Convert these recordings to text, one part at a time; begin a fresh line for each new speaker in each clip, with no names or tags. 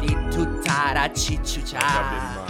cittutara Ah. cicciuccia.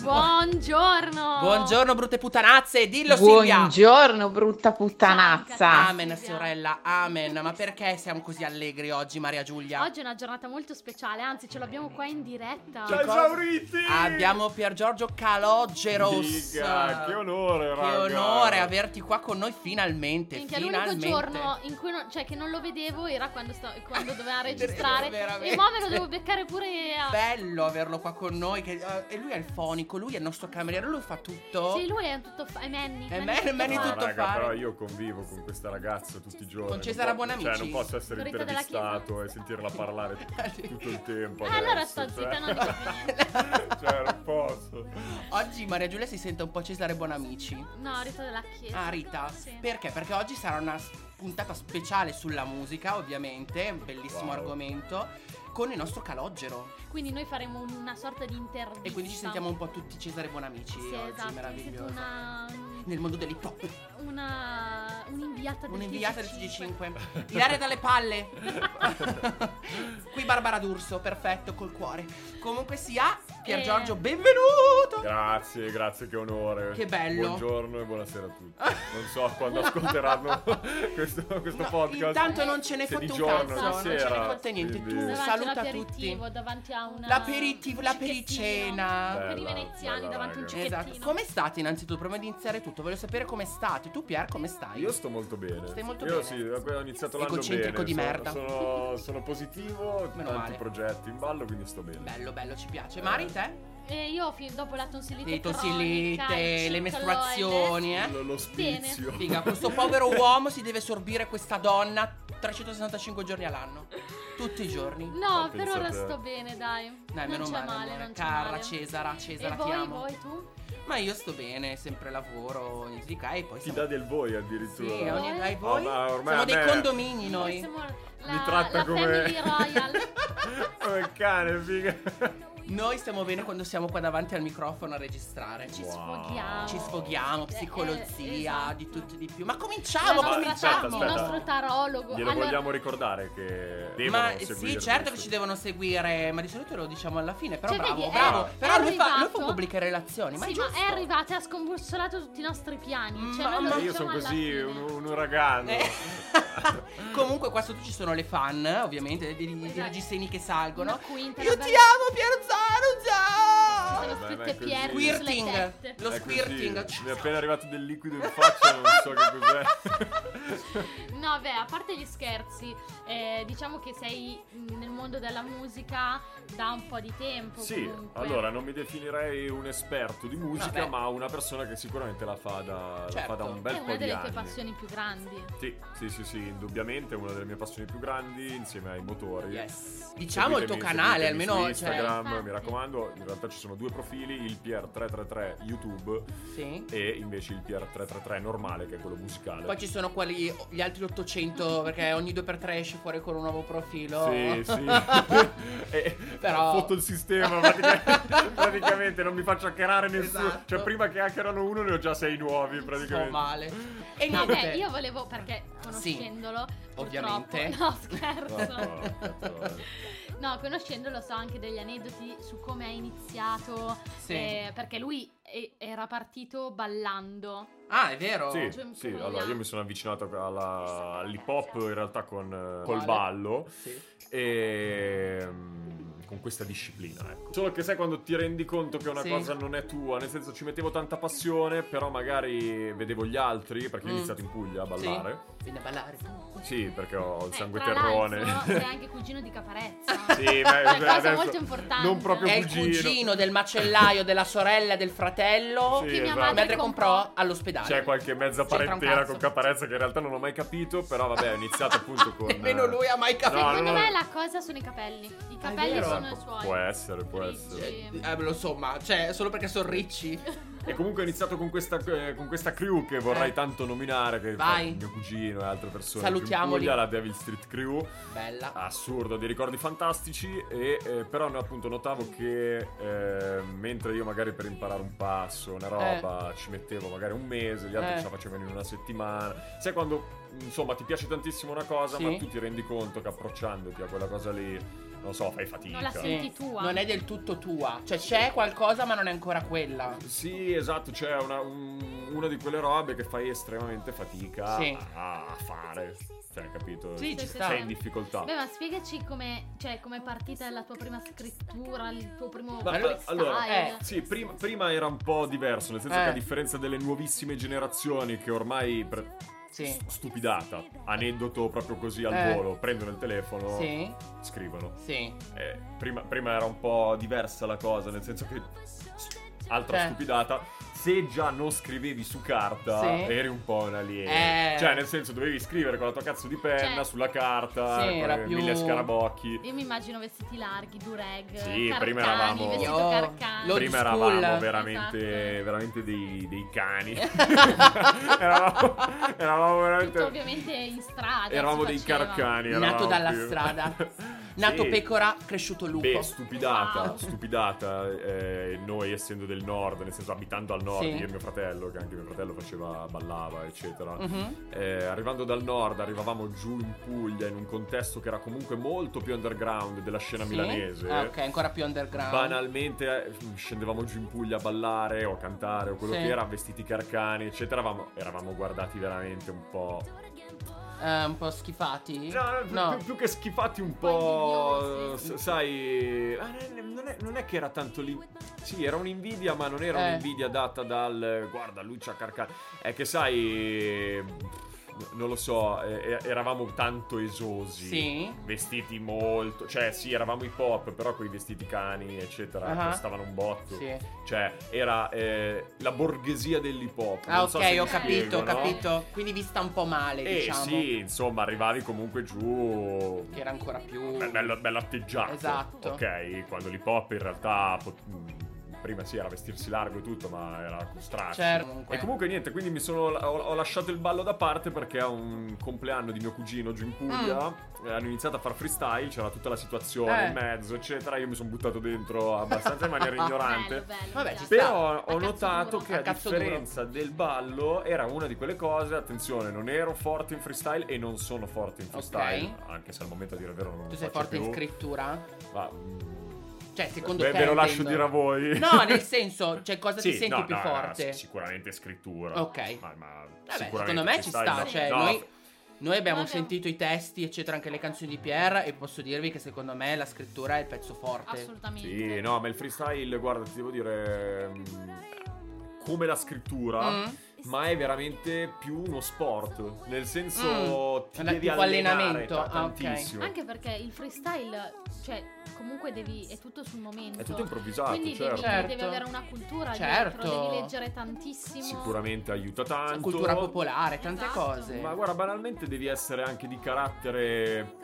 Buongiorno.
Buongiorno brutte putanazze, dillo Silvia.
Buongiorno, brutta puttanazza.
Amen sorella, amen. Ma perché siamo così allegri oggi Maria Giulia?
Oggi è una giornata molto speciale, anzi ce l'abbiamo qua in diretta.
Cioè,
Ciao esauriti!
Abbiamo Pier Giorgio Caloggeros.
Figa, che onore,
Che
raga.
onore averti qua con noi finalmente.
Minchia, l'unico
finalmente.
giorno in cui non- cioè, che non lo vedevo era quando, sto- quando doveva registrare.
Veramente.
E mo me lo devo beccare pure a...
Bello averlo qua con noi. Che, eh, e lui è il fonico, lui è il nostro cameriere, lui fa tutto.
Sì, lui è un tutto... fa- è Manny.
È
Manny
Man- Manny
fa-
tutto
Ah, raga,
fare.
però io convivo con questa ragazza tutti i giorni.
Con
non
Cesara
posso-
Buonamici.
Cioè, non posso essere
Con Rita della
intervistato
Chiesa.
e sentirla parlare t- tutto il tempo.
Ah, allora sto
adesso,
zitta,
cioè.
non dico più niente.
Cioè, non posso.
Oggi Maria Giulia si sente un po' Cesare Bonamici.
No, Rita della Chiesa.
Ah, Rita.
Sì.
Perché? Perché oggi sarà una s- puntata speciale sulla musica, ovviamente, un bellissimo
Wow.
argomento, con il nostro calogero.
Quindi noi faremo una sorta di intervista.
E quindi ci sentiamo un po' tutti Cesare Bonamici
Esatto. Sì,
oggi,
esatto. mi sento
meraviglioso.
una...
Nel mondo dell'hip hop.
una... un'inviata del
Un'inviata del
TG5.
TG5. Ilaria dalle palle. Qui Barbara D'Urso, perfetto, col cuore. Comunque sia, Pier
Eh.
Giorgio, benvenuto.
Grazie, grazie, che onore.
Che bello.
Buongiorno e buonasera a tutti. Non so quando ascolteranno questo, questo
No,
podcast.
Intanto non ce ne
Se di
fotte un cazzo,
giorno, di
non ce ne
sera,
fotte niente.
quindi-
Tu
Davanti
saluta
all'aperitivo,
tutti.
davanti a una
L'aperitivo,
un
la
cicchettino,
pericena.
Per i
Bella,
veneziani
bella,
davanti a un
raga.
cicchettino.
Esatto. Come state innanzitutto? Prima di iniziare tutto, voglio sapere come state. Tu Pier, come stai?
Io sto molto bene.
Stai molto
Io
bene.
sì, ho iniziato l'anno
Egocentrico
bene.
di
sono-
merda.
Sono, sono positivo,
Meno
tanti
male.
progetti in ballo, quindi sto Eh. bene.
Bello, bello, ci piace. Mari, te?
E io fin dopo la tonsillite,
Le tonsillite,
cronica,
le
il
mestruazioni, eh.
Lo, lo spizio.
Figa, questo povero uomo si deve sorbire questa donna 365 giorni all'anno. Tutti i giorni.
No,
Ma
per ora
pensate-
sto bene, dai.
Dai,
non
meno
c'è
male,
male,
amore.
non c'è
Carla,
male.
Cesara, Cesara,
e
ti
voi,
amo.
voi, tu?
Ma io sto bene, sempre lavoro, musica e poi
Ti
siamo...
dà del voi
Sì,
addirittura.
eh,
ogni... dai,
Oh,
voi?
ma ormai
siamo
a
dei
me-
condomini noi.
Siamo la,
Mi tratta
la
come-
Family Royal.
Come il cane, figa.
Noi stiamo bene quando siamo qua davanti al microfono a registrare.
Ci
Wow.
sfoghiamo.
Ci sfoghiamo,
Eh,
psicolozia,
esatto.
di tutto e di più. Ma cominciamo,
La nostra-
cominciamo!
il nostro tarologo.
Glielo
Allora-
vogliamo ricordare che devono
Ma sì,
seguirci.
certo che ci devono seguire, ma di solito lo diciamo alla fine, però
Cioè,
bravo,
vedi, è-
bravo.
è
però lui fa,
arrivato-
lui fa pubbliche relazioni, ma è
sì, ma
giusto.
è arrivata e ha scombussolato tutti i nostri piani. Cioè, noi
Mamma-
lo
Io
diciamo
sono
alla
così,
fine.
un, un uragano.
Eh. Comunque qua sotto ci sono le fan, ovviamente, dei, dei
Esatto.
reggiseni che salgono.
Una quinta,
Io
una
ti
bella-
amo Pierzano, ciao!
Sono
Vabbè,
scritte
ma è così.
Pierre sulle
Squirting,
tette.
lo
È così,
squirting.
Mi è appena arrivato del liquido in faccia, non so che cos'è.
No, beh, a parte gli scherzi, eh, diciamo che sei mh, nel mondo della musica da un po' di tempo.
Sì,
comunque.
allora non mi definirei un esperto di musica,
Vabbè.
ma una persona che sicuramente la fa da, la
Certo.
fa da un
È
bel po'
una
di
delle tue
anni.
passioni più grandi.
Sì, sì, sì, sì, indubbiamente è una delle mie passioni più grandi insieme ai motori.
Yes. Diciamo il tuo
Seguitemi-
canale,
seguitemi su
almeno... Cioè,
Instagram,
Infatti.
mi raccomando, in realtà ci sono due profili, il Pier333 YouTube
sì.
e invece il Pier333 normale che è quello musicale.
Poi ci sono quelli, gli altri 800, perché ogni 2x3 esce fuori con un nuovo profilo.
Sì, sì. e,
Però-
Fotto il sistema, praticamente, praticamente non mi faccio hackerare nessuno.
Esatto.
Cioè, prima che hackerano uno ne ho già sei nuovi,
Sto
praticamente.
male. E
No,
niente.
beh, io volevo, perché conoscendolo, purtroppo-
ovviamente.
No, scherzo.
No, cazzo, eh.
No, conoscendolo so anche degli aneddoti su come è iniziato,
Sì.
eh, perché lui e- era partito ballando.
Ah, è vero.
Sì,
Cioè,
sì,
insomma,
allora
la-
io mi sono avvicinato alla- all'hip-hop in realtà con, eh,
Vale.
col ballo
Sì.
e mm, con questa disciplina. Ecco. Solo che sai quando ti rendi conto che una
Sì.
cosa non è tua, nel senso ci mettevo tanta passione, però magari vedevo gli altri, perché io
Mm.
ho iniziato in Puglia a ballare.
Vieni a ballare.
Sì, perché ho il
Eh,
sangue
tra
terrone.
l'altro è anche cugino di Caparezza.
Sì, ma
Cioè, cosa
adesso
molto importante.
Non proprio
È
Mio
il
cugino.
cugino del macellaio, della sorella, del fratello.
Sì,
che mia
esatto.
madre,
Madre Ah, comprò all'ospedale.
C'è qualche mezza
C'entra un
parentela
cazzo.
con Caparezza che in realtà non ho mai capito, però vabbè, ho iniziato appunto con...
Nemmeno lui ha mai capito.
No,
Secondo
no, no.
me la cosa sono i capelli. I capelli
vero.
sono i
Pu-
suoi.
eh, esatto, Può essere, può
Ricci.
essere.
Eh, lo so, ma cioè, solo perché sono ricci.
E comunque ho iniziato con questa, eh, con questa crew che vorrei
Eh.
tanto nominare, che
Vai.
fa mio cugino e altre persone.
Salutiamoli.
Giù in Puglia, la Devil Street Crew,
Bella.
assurdo, dei ricordi fantastici, e, eh, però no, appunto notavo che eh, mentre io magari per imparare un passo, una roba, ci mettevo magari un mese, gli altri
Eh.
ce la facevano in una settimana. Sai quando, insomma, ti piace tantissimo una cosa,
Sì.
ma tu ti rendi conto che approcciandoti a quella cosa lì... non so, fai fatica.
Non la senti tua.
Non è del tutto tua. Cioè c'è qualcosa ma non è ancora quella.
Sì, esatto, c'è una, un- una di quelle robe che fai estremamente fatica
Sì.
a, a fare. Cioè, capito?
Sì, ci
sei
sta.
in difficoltà.
Beh, ma spiegaci come cioè, com'è partita la tua prima scrittura, il tuo primo
Ma
freestyle.
allora,
eh,
Sì, prima, prima era un po' diverso, nel senso
Eh.
che a differenza delle nuovissime generazioni che ormai pre-
Sì.
s- stupidata, aneddoto proprio così al
Eh.
volo, prendono il telefono,
Sì.
scrivono.
Sì.
Eh, prima, prima era un po' diversa la cosa, nel senso che s- altra
Eh.
stupidata, se già non scrivevi su carta,
Sì.
eri un po' un alieno.
Eh.
Cioè, nel senso dovevi scrivere con la tua cazzo di penna
Cioè.
sulla carta,
Sì,
con
era
eh,
più-
mille scarabocchi.
Io mi immagino vestiti larghi, dureg,
Sì,
carcani,
prima eravamo-
vestito
Io-
carcano.
Lo- Old
Prima
school.
eravamo veramente,
Esatto.
veramente dei, dei cani. eravamo, eravamo
Tutto
veramente.
ovviamente in strada.
Eravamo
si
dei
faceva.
carcani.
Nato
eravamo
dalla
più-
strada. Nato
Sì.
pecora, cresciuto lupo.
Beh, stupidata,
Wow.
stupidata. eh, noi essendo del nord, nel senso abitando al nord,
Sì.
io e mio fratello, che anche mio fratello faceva, ballava, eccetera.
Mhm.
Eh, arrivando dal nord, arrivavamo giù in Puglia, in un contesto che era comunque molto più underground della scena
Sì?
milanese.
Ah, ok, ancora più underground.
Banalmente eh, scendevamo giù in Puglia a ballare o a cantare o quello
Sì.
che era, vestiti carcani, eccetera. Eravamo, eravamo guardati veramente un po'.
Eh, un po' schifati.
No, no, Più, più che schifati un po'.
Un po' invidiosi.
s- sai. ah, Non è, non è che era tanto lì. Sì, era un'invidia, ma non era
Eh.
un'invidia data dal. Guarda, Lucia Carcani. È che sai. Non lo so, eh, eh, eravamo tanto esosi.
Sì.
Vestiti molto. Cioè, sì, eravamo hip hop, però con i vestiti cani, eccetera,
Ah.
costavano un botto.
Sì.
Cioè, era eh, la borghesia dell'hip hop.
Ah,
non
ok,
so se mi
ho capito, ho
spiego, no?
capito. Quindi vi sta un po' male,
Eh
diciamo.
sì, insomma, arrivavi comunque giù.
Che era ancora più.
Be- bello, bello atteggiato.
Esatto.
Ok, quando l'hip hop in realtà. pot- mh, Prima sì, era vestirsi largo e tutto, ma era con stracci.
Certo, comunque.
E comunque niente, quindi mi sono, ho, ho lasciato il ballo da parte perché a un compleanno di mio cugino giù in Puglia eh, hanno iniziato a far freestyle, c'era tutta la situazione
Mm. Eh.
in mezzo, eccetera. Io mi sono buttato dentro abbastanza in maniera ignorante.
Bello, bello,
Vabbè,
mi
ci
piace.
Però
A
ho
cazzo
notato
duro.
che a,
a cazzo
differenza del ballo era una di quelle cose, attenzione, non ero forte in freestyle e non sono forte in freestyle, anche se al momento a dire il vero non lo
Tu sei
faccio
forte
più,
in scrittura?
Ma mm,
Cioè, secondo
beh,
te.
ve lo lascio
intendo.
dire a voi.
No, nel senso, cioè, cosa ti
Sì,
senti
no,
più
no,
forte?
no, sic- sicuramente scrittura.
Ok.
Ma, ma
Vabbè,
sicuramente
secondo me ci
freestyle,
sta,
ma-
cioè,
no,
noi- Noi abbiamo
No, abbiamo-
sentito i testi, eccetera, anche le canzoni di Pierre. E posso dirvi che secondo me la scrittura è il pezzo forte.
Assolutamente.
Sì, no, ma il freestyle, guarda, ti devo dire mh, come la scrittura,
Mm.
ma è veramente più uno sport. Nel senso, ti
Allora,
devi
Mm. tipo
allenare
allenamento,
ta-
ah, ok.
tantissimo.
Anche perché il freestyle, cioè, comunque devi. è tutto sul momento.
È tutto improvvisato,
Quindi
certo.
devi,
Certo.
devi avere una cultura
Certo.
dietro, devi leggere tantissimo.
Sicuramente aiuta tanto.
Cultura popolare, tante
Esatto.
cose.
Ma guarda, banalmente devi essere anche di carattere.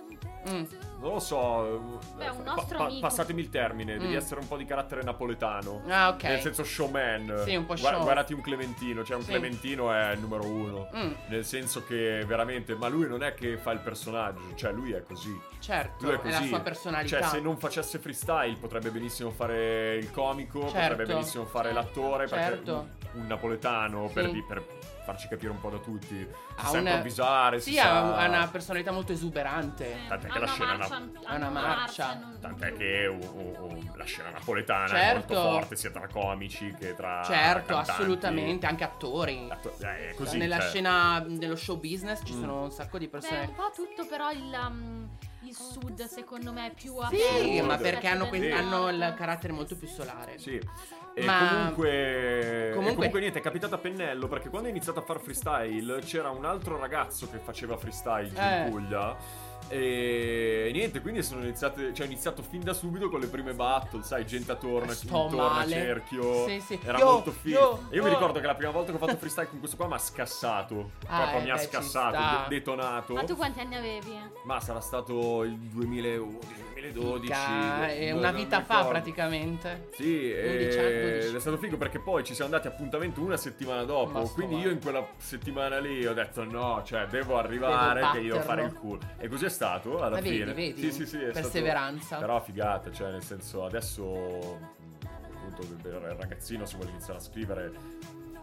Mm.
Non lo so. eh,
Beh, un nostro amico.
Passatemi il termine, devi
Mm.
essere un po' di carattere napoletano.
Ah, ok.
Nel senso showman.
Sì, un po'
Gua-
show.
Guardati un Clementino, cioè un
Sì.
Clementino è il numero uno.
Mm,
Nel senso che veramente, ma lui non è che fa il personaggio, cioè lui è così.
certo,
Lui è
è, la
così.
sua personalità.
Cioè, se non facesse freestyle potrebbe benissimo fare il comico, potrebbe
Certo.
benissimo fare l'attore, perché
Certo.
un, un napoletano per,
Sì.
di- per farci capire un po' da tutti, si
Ha
sa
un-
improvvisare, si
Sì,
sa...
ha un- ha una personalità molto esuberante.
Tant'è che
Hanno
la scena
Eh, marcia,
era-
hanno
una marcia.
non-
Tant'è che uh, uh, uh, la scena napoletana
Certo.
è molto forte sia tra comici che tra
certo,
Ah, cantanti.
assolutamente, anche attori.
Atto- eh, è così,
Nella
cioè.
scena mh, dello show business ci
Mm.
sono un sacco di
Beh, un
persone.
po' tutto, però il, um, il sud, secondo me, è più a
Sì,
Sì,
ma
certo.
perché hanno, que-
Sì.
hanno il carattere molto più solare.
Sì. E
Ma-
comunque, e
Comunque-
comunque niente, è capitato a pennello perché quando ho iniziato a fare freestyle c'era un altro ragazzo che faceva freestyle giù
Eh.
in Puglia. E niente, quindi sono iniziate, cioè ho iniziato fin da subito con le prime battle, sai, gente a torno,
Sto
intorno a
male.
cerchio.
Sì, sì.
Era
Yo,
molto figo.
yo,
E io mi
yo.
ricordo che la prima volta che ho fatto freestyle con questo qua mi ha scassato.
Ah,
proprio
eh,
mi ha
beh, ci
scassato,
sta.
de- detonato.
Boh.
Ma tu quanti anni avevi? eh?
Ma sarà stato il 2011, 2012.
Figa, è
no,
eh, una
eh, non
vita
mi
fa
ricordo.
praticamente.
Sì,
Undici anni,
ed
dodici.
è stato figo perché poi ci siamo andati appuntamento una settimana dopo.
Ma sto
quindi
male.
io in quella settimana lì ho detto no, cioè devo arrivare
Devo
che io devo fare il
batterlo.
culo. E così è stato alla
Ma vedi,
fine.
vedi?
Sì, sì, sì, è stato-
Perseveranza.
Però figata, cioè nel senso adesso mh, appunto il il ragazzino se vuole iniziare a scrivere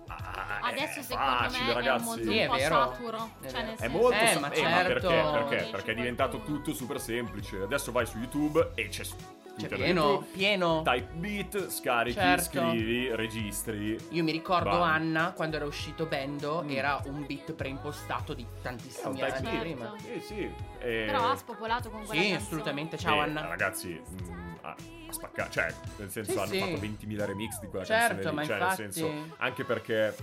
Ah, è
Adesso secondo
facile,
me
ragazzi.
è un mondo
Sì, è
un po'
vero.
saturo.
È
Cioè,
vero.
nel
È
senso-
molto
Eh,
sa-
ma
eh,
certo.
perché? Perché?
Dici
Perché è
qualcuno.
diventato tutto super semplice. Adesso vai su YouTube e c'è su
Cioè,
Twitter,
pieno,
YouTube,
pieno.
Type beat, scarichi,
Certo.
scrivi, registri.
Io mi ricordo
Vai.
Anna quando era uscito Bendo,
Mm.
era un beat preimpostato di
È un
tantissimi
type
anni
Certo.
prima.
beat. Eh, sì. Eh,
Però ha spopolato con quella
Sì,
canzone.
assolutamente. Ciao
eh,
Anna.
Ragazzi, mh, ha ha spaccato. Cioè, nel senso,
Sì,
hanno
sì.
fatto 20.000 remix di quella canzone
Certo,
lì.
ma
cioè,
infatti.
nel senso, anche perché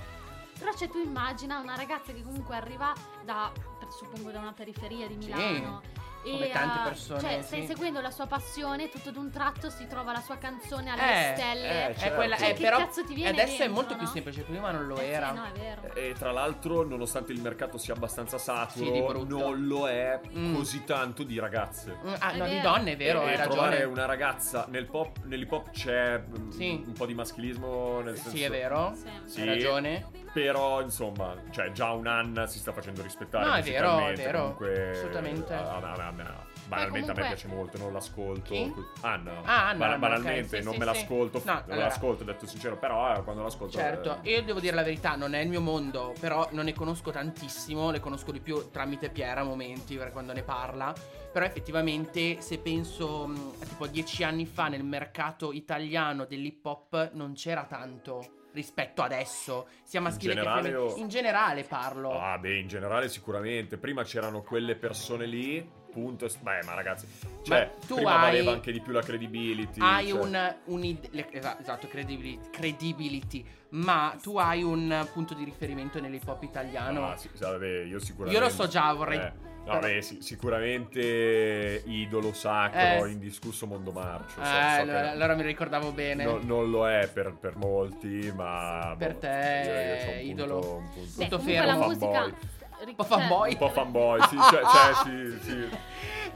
Però cioè, tu immagina una ragazza che comunque arriva da, per- suppongo, da una periferia di
Sì.
Milano. e,
Come tante
eh,
persone,
Cioè,
sì.
stai seguendo la sua passione, tutto d'un tratto si trova la sua canzone alle
Eh,
stelle.
eh,
È quella,
Cioè,
eh,
che
però
cazzo ti viene
adesso è
dentro,
molto
no?
più semplice, prima non lo
Eh sì,
era.
no, è vero.
E tra l'altro, nonostante il mercato sia abbastanza
Sì, di
saturo,
brutto.
non lo è
Mm.
così tanto di ragazze.
Mm, Ah,
È
no, di
vero.
donne è vero,
E- e
hai
trovare
ragione.
una ragazza nel pop, nell'hip hop c'è mm,
Sì.
un po' di maschilismo, nel senso
Sì, è vero.
Sì.
Sì.
Hai ragione.
Però, insomma, cioè già un'anna si sta facendo rispettare.
No, è vero, è
musicalmente,
vero.
Comunque,
Assolutamente. Eh,
A, a- a- a- banalmente a
comunque-
me piace molto, non l'ascolto.
Chi?
Anna.
Ah, Anna, Anna,
banalmente,
ok, sì,
non
sì,
me
sì.
l'ascolto.
No,
non
allora-
l'ascolto, detto sincero, però eh, quando l'ascolto.
Certo,
eh,
io devo dire la verità, non è il mio mondo, però non ne conosco tantissimo, le conosco di più tramite Piera a momenti per quando ne parla, però effettivamente se penso mh, a tipo dieci anni fa nel mercato italiano dell'hip hop non c'era tanto rispetto adesso, sia maschile che
generale
femminile.
o-
In generale parlo.
Ah, beh, in generale sicuramente. Prima c'erano quelle persone lì, punto. e s- Beh, ma ragazzi, cioè,
tu
prima
hai-
valeva anche di più la credibility.
hai
cioè-
un, un'id- le- esa- esatto, credibility, credibility, ma tu hai un punto di riferimento nell'hip hop italiano.
Ah, sì, sì, vabbè, io sicuramente...
Io lo so già, vorrei-
Eh, no, beh, sì, sicuramente idolo sacro,
Eh.
indiscusso mondo marcio. so-
Eh,
so che-
allora, allora mi ricordavo bene.
no- non lo è per, per molti, ma...
Per
boh,
te,
c'ho un
idolo.
punto- un punto-
Beh,
Tutto
comunque
fermo.
la
Un po'
musica...
fanboy.
Un
po' fanboy.
Un po' fanboy, sì, cioè, cioè, sì, sì.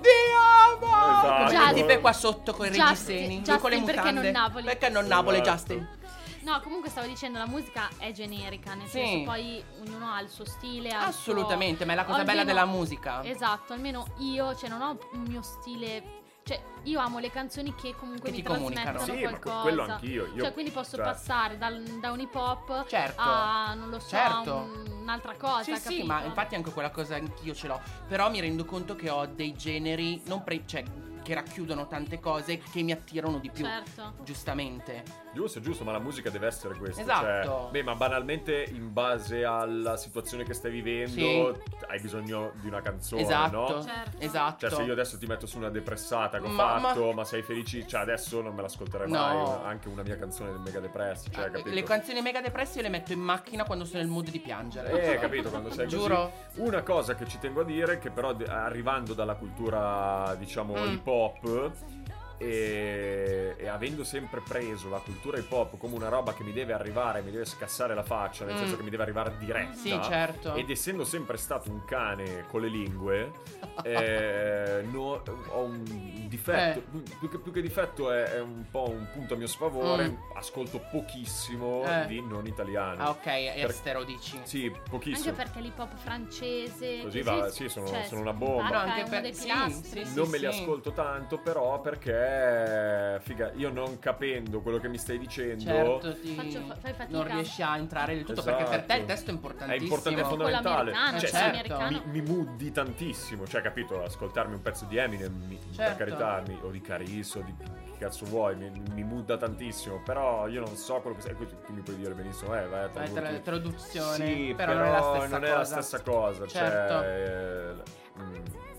Ti amo!
Esatto.
Già,
Justin-
tipe qua sotto con i
Justin-
reggiseni, lui con le
Justin, perché
mutande.
non Napoli?
Perché non Napoli,
Esatto.
Justin?
No, comunque stavo dicendo, la musica è generica, nel
Sì.
senso poi ognuno ha il suo stile, ha il suo-
Assolutamente, ma è la cosa
Oggi
bella
no.
della musica.
Esatto, almeno io, cioè non ho un mio stile, cioè io amo le canzoni che comunque
Che
mi
ti comunicano.
trasmettono
Sì, ma que-
qualcosa.
quello anch'io. Io,
Cioè quindi posso
cioè,
passare dal- da un hip hop
Certo.
a, non lo so,
Certo.
un- un'altra cosa,
sì,
Ah,
sì,
capito?
ma infatti anche quella cosa anch'io ce l'ho. Però mi rendo conto che ho dei generi non pre- cioè, che racchiudono tante cose che mi attirano di più.
Certo.
Giustamente.
Giusto, giusto, ma la musica deve essere questa.
Esatto.
cioè, beh, ma banalmente in base alla situazione che stai vivendo, hai bisogno di una canzone,
esatto.
no?
Certo.
Esatto.
Cioè, se io adesso ti metto su una depressata che ho
Ma-
fatto, ma... sei felice, cioè adesso non me l'ascolterai
No. Eh,
mai. una- Anche una mia canzone del Mega Depress, cioè, capito?
le canzoni mega depresse io le metto in macchina quando sono nel mood di piangere.
Eh, capito, quando sei così.
Giuro.
Una cosa che ci tengo a dire, che però de- arrivando dalla cultura, diciamo,
Mm.
hip hop. E, e avendo sempre preso la cultura hip hop come una roba che mi deve arrivare, mi deve scassare la faccia, nel
Mm.
senso che mi deve arrivare diretta.
Sì, certo.
Ed essendo sempre stato un cane con le lingue, eh, no- ho un
Eh.
difetto. Più, che, più che difetto è, è un po' un punto a mio sfavore.
Mm.
Ascolto pochissimo
Eh.
di non italiani.
Ah, ok,
Per-
estero dici.
Sì, pochissimo.
Anche perché l'hip hop francese... cioè,
Così va- sì, sono- sono una bomba.
Bacca
No, anche
è uno
per-
dei
sì,
pilastri.
sì,
non
sì.
me li ascolto tanto, però, perché figa, io non capendo quello che mi stai dicendo.
Certo, ti-
Faccio fa- fai fatica.
non riesci a entrare del tutto
Esatto.
perché per te il testo è
È
importantissimo.
importante, è
Quello
fondamentale.
americano,
Cioè,
sì,
se
americano.
mi, mi muddi tantissimo. Cioè, capito? Ascoltarmi un pezzo di Eminem, mi-
Certo.
per carità, mi- o di Carisso, di chi cazzo vuoi, mi, mi mudda tantissimo. Però io non so quello che sei. Tu mi puoi dire benissimo, eh, vai a
Fai tra-
tradurti.
traduzione,
Sì,
però, non è la stessa
non è
cosa.
la stessa cosa,
Certo.
cioè, eh, mm,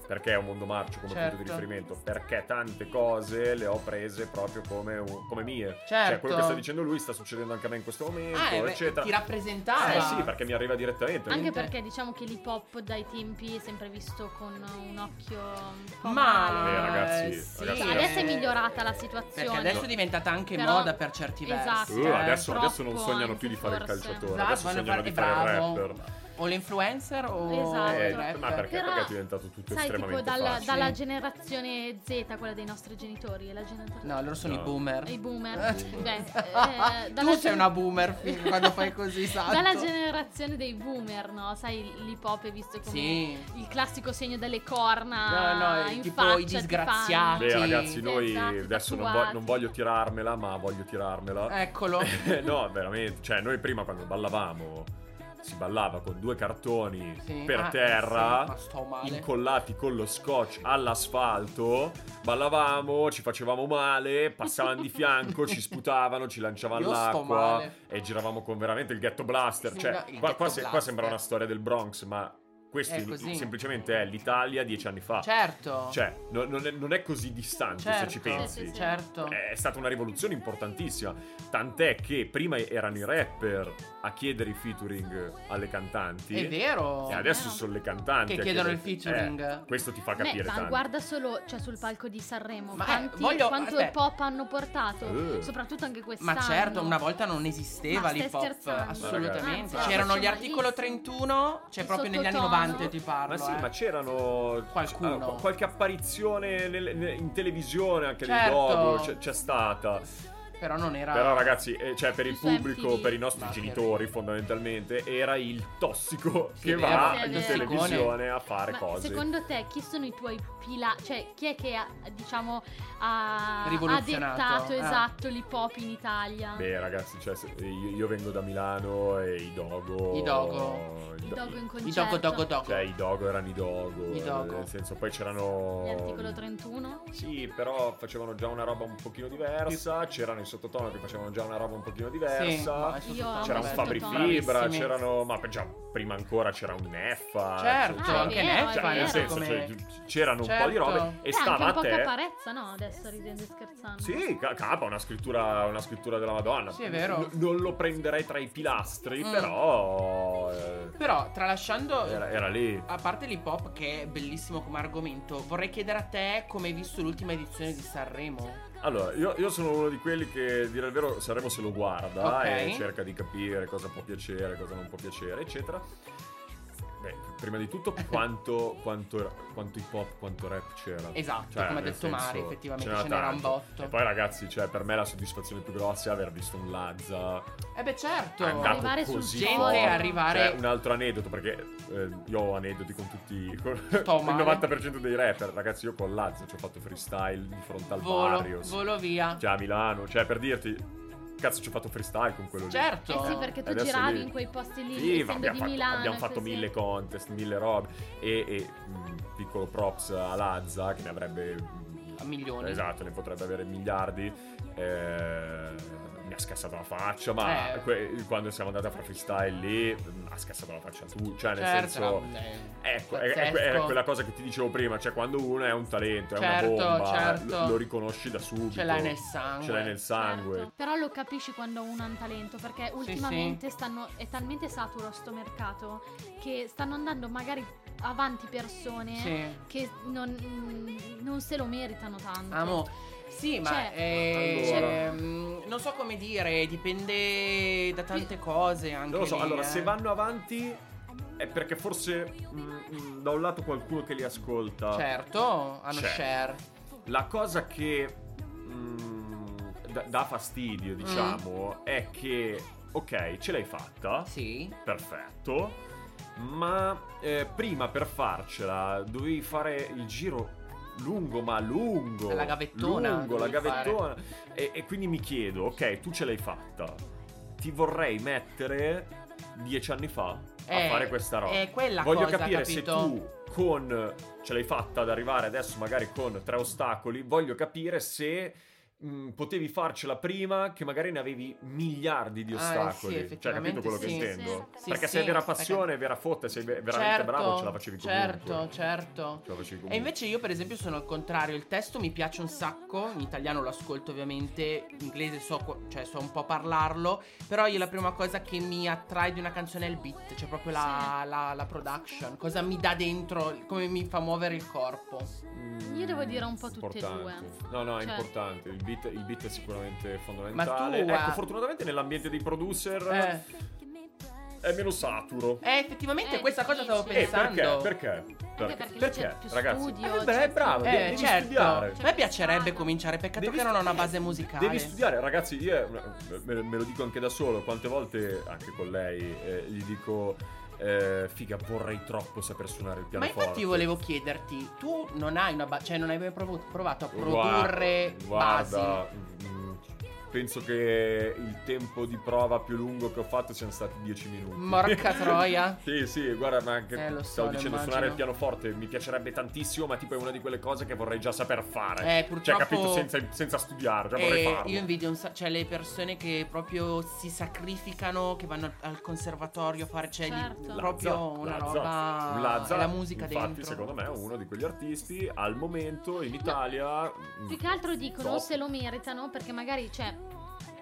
perché è un mondo marcio come punto di
Certo.
riferimento? Perché tante cose le ho prese proprio come, un- come mie. Cioè,
Certo.
quello che sta dicendo lui sta succedendo anche a me in questo momento,
Ah, eh, beh,
eccetera.
ti rappresentava.
eh sì, perché mi arriva direttamente.
Anche
Niente.
perché diciamo che l'hip hop dai tempi è sempre visto con un occhio un po'
Ma
Beh,
male.
ragazzi,
sì.
ragazzi,
Adesso è migliorata la situazione.
Perché adesso è diventata anche
Però-
moda per certi
esatto.
versi.
Uh,
eh.
adesso, adesso non
Troppo
sognano
anche,
più di fare il
forse.
calciatore,
Esatto,
adesso
vogliono
sognano di
fare-
fare il
bravo.
rapper.
O l'influencer o
Esatto.
il
Eh,
rapper.
ma perché?
Però-
Perché è diventato tutto
Sai, tipo
estremamente
dalla,
facile.
dalla generazione Z, quella dei nostri genitori, e la generazione
No, loro sono
No.
i boomer.
i
Eh.
boomer.
Boomer.
Beh, eh, dalla
tu sei
gen-
una boomer fi- quando fai così, esatto. salto.
Dalla generazione dei boomer, no? Sai, l'hip hop è visto come
Sì.
il classico segno delle corna.
No, no,
in
tipo
faccia,
i
ti fanno.
disgraziati.
Beh, ragazzi,
Sì,
noi
esatto,
adesso non,
tatuati.
vo- non voglio tirarmela, ma voglio tirarmela.
Eccolo.
no, veramente. Cioè, noi prima quando ballavamo si ballava con due cartoni
Sì.
per
Ah,
terra.
sì, ma sto male.
incollati con lo scotch all'asfalto, ballavamo, ci facevamo male, passavano di fianco, ci sputavano, ci lanciavano
Io sto
l'acqua
male.
e giravamo con veramente il ghetto blaster.
Sì,
cioè,
no, il
qua,
ghetto
qua se- qua
blaster.
sembra una storia del Bronx, ma questo
È
il-
così.
semplicemente è l'Italia dieci anni fa.
Certo.
Cioè, no- non, è, non è così distante se
Certo.
ci pensi. Eh, Cioè,
Sì, sì, sì.
Certo.
È stata una rivoluzione importantissima. Tant'è che prima erano i rapper a chiedere i featuring alle cantanti.
È vero.
E adesso
vero.
sono le cantanti
Che
a
chiedono
chiedere-
il featuring.
Eh, questo ti fa
Beh,
capire
ma
tanto.
guarda solo cioè, sul palco di Sanremo
Ma, eh,
quanti-
voglio-
quanto
aspetta.
pop hanno portato,
Eh.
soprattutto anche quest'anno.
Ma certo, una volta non
Ma
esisteva
stai
l'hip hop,
scherzando? Ah,
assolutamente.
Ma ragazzi.
C'erano
Ma
gli
sono
articolo
malissimi.
31, cioè
Il
proprio negli anni
sottotono.
90 ti parlo.
Ma Ah, sì,
eh.
ma c'erano
Qualcuno.
allora, qu- qualche apparizione nel- nel- in televisione anche nei
Certo.
logo c'è, c'è stata.
Però non era...
Però ragazzi, eh, cioè per il
Su MTV.
pubblico, per i nostri
Ma per-
genitori fondamentalmente era il tossico
Sì,
che
vero,
va
sì, è
in
vero.
televisione a fare
Ma
cose.
Secondo te chi sono i tuoi pilastri? Cioè chi è che ha, diciamo ha, ha
Rivoluzionato,
dettato
eh.
esatto l'hip hop in Italia?
Beh ragazzi, cioè, se- io, io vengo da Milano e i Dogo...
I Dogo.
I Dogo in
I
concerto.
dogo dogo dogo.
Cioè i Dogo erano i Dogo.
I Dogo.
Nel senso poi c'erano...
Gli articolo 31.
Sì, però facevano già una roba un pochino diversa, c'erano in sottotono che facevano già una roba un pochino
Sì, no,
diversa.
è tutto
Io amo
tanto
c'era un
bello.
Fabri
sottotono.
Fibra,
Bravissimi.
c'erano. Ma già prima ancora c'era un Neffa.
Certo,
cioè,
Ah, è
anche
vero,
Neffa
è
cioè,
era
nel senso,
come-
cioè, c'erano un po' di
Certo.
robe. E
Beh, Eh, anche
stava
un
a
po'
te.
caparezza, no? Adesso ridendo e scherzando.
Sì, ca- capa, una scrittura, una scrittura della Madonna.
Sì, è vero.
N- non lo prenderei tra i pilastri,
Mm.
però. eh,
Però, tralasciando...
era, era lì.
A parte l'hip hop che è bellissimo come argomento, vorrei chiedere a te come hai visto l'ultima edizione di Sanremo.
Allora, io, io sono uno di quelli che, dire il vero, Sanremo se lo guarda
Ok.
e cerca di capire cosa può piacere, cosa non può piacere, eccetera. Beh, prima di tutto quanto, quanto, quanto hip hop, quanto rap c'era.
Esatto,
Cioè,
come ha
nel
detto
senso,
Mari, effettivamente
ce
ce n'era un
tanto. E
botto.
poi ragazzi, cioè, per me la soddisfazione più grossa è aver visto un Lazza
Eh beh certo,
andato
Arrivare sul
così
gente,
forte.
arrivare-
Cioè, un altro aneddoto, perché eh, io ho aneddoti con tutti... Con
Sto
il
male.
90% dei rapper. Ragazzi, io con Lazza ci ho fatto freestyle di fronte al
volo,
Barrios.
volo via.
Cioè a Milano, cioè per dirti, cazzo ci ho fatto freestyle con quello lì.
Certo.
Eh sì, perché tu
Adesso
giravi
lì-
in quei posti lì,
Sì, ma
essendo
abbiamo
di
fatto,
Milano.
abbiamo
sì,
fatto
sì.
mille contest, mille robe e, e, mh, piccolo props a Lazza che ne avrebbe... mh,
A milioni.
Esatto, ne potrebbe avere miliardi. Eh, mi ha scassato la faccia, ma
Eh.
que- quando siamo andati a fare freestyle lì mh, ha scassato la faccia tu, cioè nel
certo,
senso...
eh,
Ecco, è, è- è
pazzesco.
quella cosa che ti dicevo prima, cioè quando uno è un talento, è
Certo,
una bomba,
certo.
lo, lo riconosci da subito.
Ce l'hai nel sangue.
Ce l'hai nel sangue.
Certo. Però lo capisci quando uno ha un talento, perché ultimamente stanno- è talmente saturo sto mercato che stanno andando magari avanti persone
Sì.
che non, mm, non se lo meritano tanto.
Amo. Sì, ma
Cioè-
eh,
Allora.
ehm, non so come dire, dipende da tante cose anche.
Non lo so,
lì,
allora
eh.
se vanno avanti è perché forse mh, mh, da un lato qualcuno che li ascolta.
Certo, hanno
C'è.
share.
La cosa che mh, da- dà fastidio, diciamo,
Mm.
è che ok, ce l'hai fatta,
Sì.
perfetto, ma eh, prima per farcela dovevi fare il giro lungo, ma lungo.
La gavettona
Lungo, la
dovevi fare.
gavettona. E, e quindi mi chiedo, ok, tu ce l'hai fatta, ti vorrei mettere dieci anni fa a
Eh,
fare questa roba.
È quella
Voglio
cosa,
capire
capito?
se tu con ce l'hai fatta ad arrivare adesso magari con tre ostacoli, voglio capire se mh, potevi farcela prima che magari ne avevi miliardi di
Ah, sì,
ostacoli. cioè, capito
effettivamente
quello che
sì.
intendo?
Sì,
sì.
perché
Sì,
se hai
sì,
vera
perché-
passione, vera fotta, sei ve- veramente
Certo,
bravo, ce la facevi comunque.
Certo, certo.
Ce la facevi
E
comunque.
invece io per esempio sono al contrario, il testo mi piace un sacco, in italiano lo ascolto ovviamente, in inglese so, qu- cioè, so un po' parlarlo, però io la prima cosa che mi attrae di una canzone è il beat, cioè proprio la, la- la production, cosa mi dà dentro, come mi fa muovere il corpo.
Mm,
Io devo dire un po' tutte e
importante. No, no, è
Cioè-
importante. Il beat, il beat è sicuramente fondamentale.
Ma tu,
ecco,
eh,
Eh. fortunatamente nell'ambiente dei producer.
Eh,
è meno saturo.
Eh, effettivamente
Eh,
questa cosa stavo
difficile.
Eh, perché?
pensando.
Perché?
Anche perché, c'è più
ragazzi?
studio,
Eh, beh,
c'è-
è bravo,
Eh,
devi
certo.
studiare.
A me piacerebbe cominciare, peccato
Devi
che non ho una
studiare.
base musicale.
Devi studiare, ragazzi, io eh, me, me lo dico anche da solo, quante volte anche con lei eh, gli dico eh, figa vorrei troppo saper suonare il
Ma
pianoforte.
infatti volevo chiederti, tu non hai una ba- cioè non hai mai provo- provato a
Guarda-
produrre
guarda, mm, Penso che il tempo di prova più lungo che ho fatto siano stati 10 minuti.
basi? Morca troia.
Sì, sì, guarda, ma anche
Eh, lo so,
stavo
lo
dicendo
immagino.
suonare il pianoforte mi piacerebbe tantissimo, ma tipo è una di quelle cose che vorrei già saper fare.
Eh,
Cioè,
purtroppo
capito, senza, senza studiare, già vorrei
eh,
farlo.
io invidio un sa- cioè le persone che proprio si sacrificano, che vanno al, al conservatorio a fare cioè gli-
Certo. Lazza,
proprio una
Lazza,
roba
Lazza,
è la musica
infatti,
dentro.
secondo me è uno di quegli artisti al momento in
No,
Italia. mm,
Più che
Mm.
altro dicono
top.
se lo meritano perché magari c'è.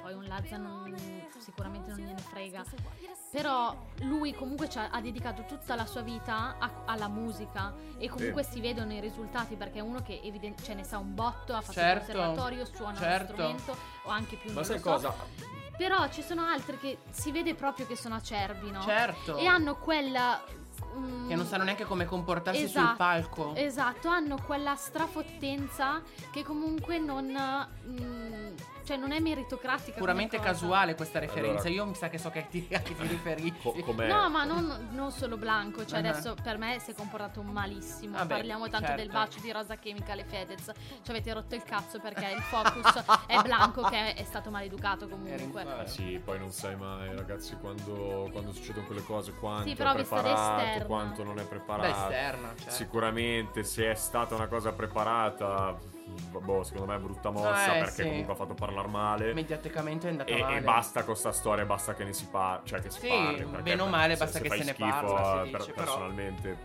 Poi un Lazza non- sicuramente non gliene frega. Però lui comunque c'ha- ha dedicato tutta la sua vita a- alla musica e comunque si vedono i risultati perché è uno che eviden- cioè, ne sa un botto, ha fatto
Certo,
il conservatorio, suona
certo.
uno strumento o anche più
Ma
non
sai
lo so.
cosa?
Però ci sono altri che si vede proprio che sono acerbi, no?
Certo.
E hanno quella. mm,
Che non sanno neanche come comportarsi sul
Esatto,
palco.
Esatto, hanno quella strafottenza che comunque non. mm, cioè, non è meritocratica.
Puramente
come cosa.
casuale questa referenza.
Allora-
Io mi sa che so che ti, a chi ti riferisci.
Co- com'è?
No, ma non, non solo Blanco. Cioè,
Ah.
adesso per me si è comportato malissimo.
Vabbè,
Parliamo tanto
certo.
del bacio di Rosa Chemica alle Fedez. Ci avete rotto il cazzo perché il focus è Blanco che è stato maleducato comunque.
Era
Ah, sì, poi non sai mai, ragazzi, quando, quando succedono quelle cose, quanto
Sì,
è
però vista
preparato,
d'esterno.
quanto non è
da
preparato.
esterna. Cioè.
Sicuramente se è stata una cosa preparata, boh, secondo me è brutta mossa
Eh,
perché
sì.
comunque ha fatto parlare male.
Mediaticamente è andata
E,
male.
e basta con sta storia, basta che ne si parli. Cioè, che si
Sì,
parli. perché
bene o male,
se-
basta
se
che
fai
se ne
schifo,
parla, si
eh, per-
dice, però. Eh.
personalmente,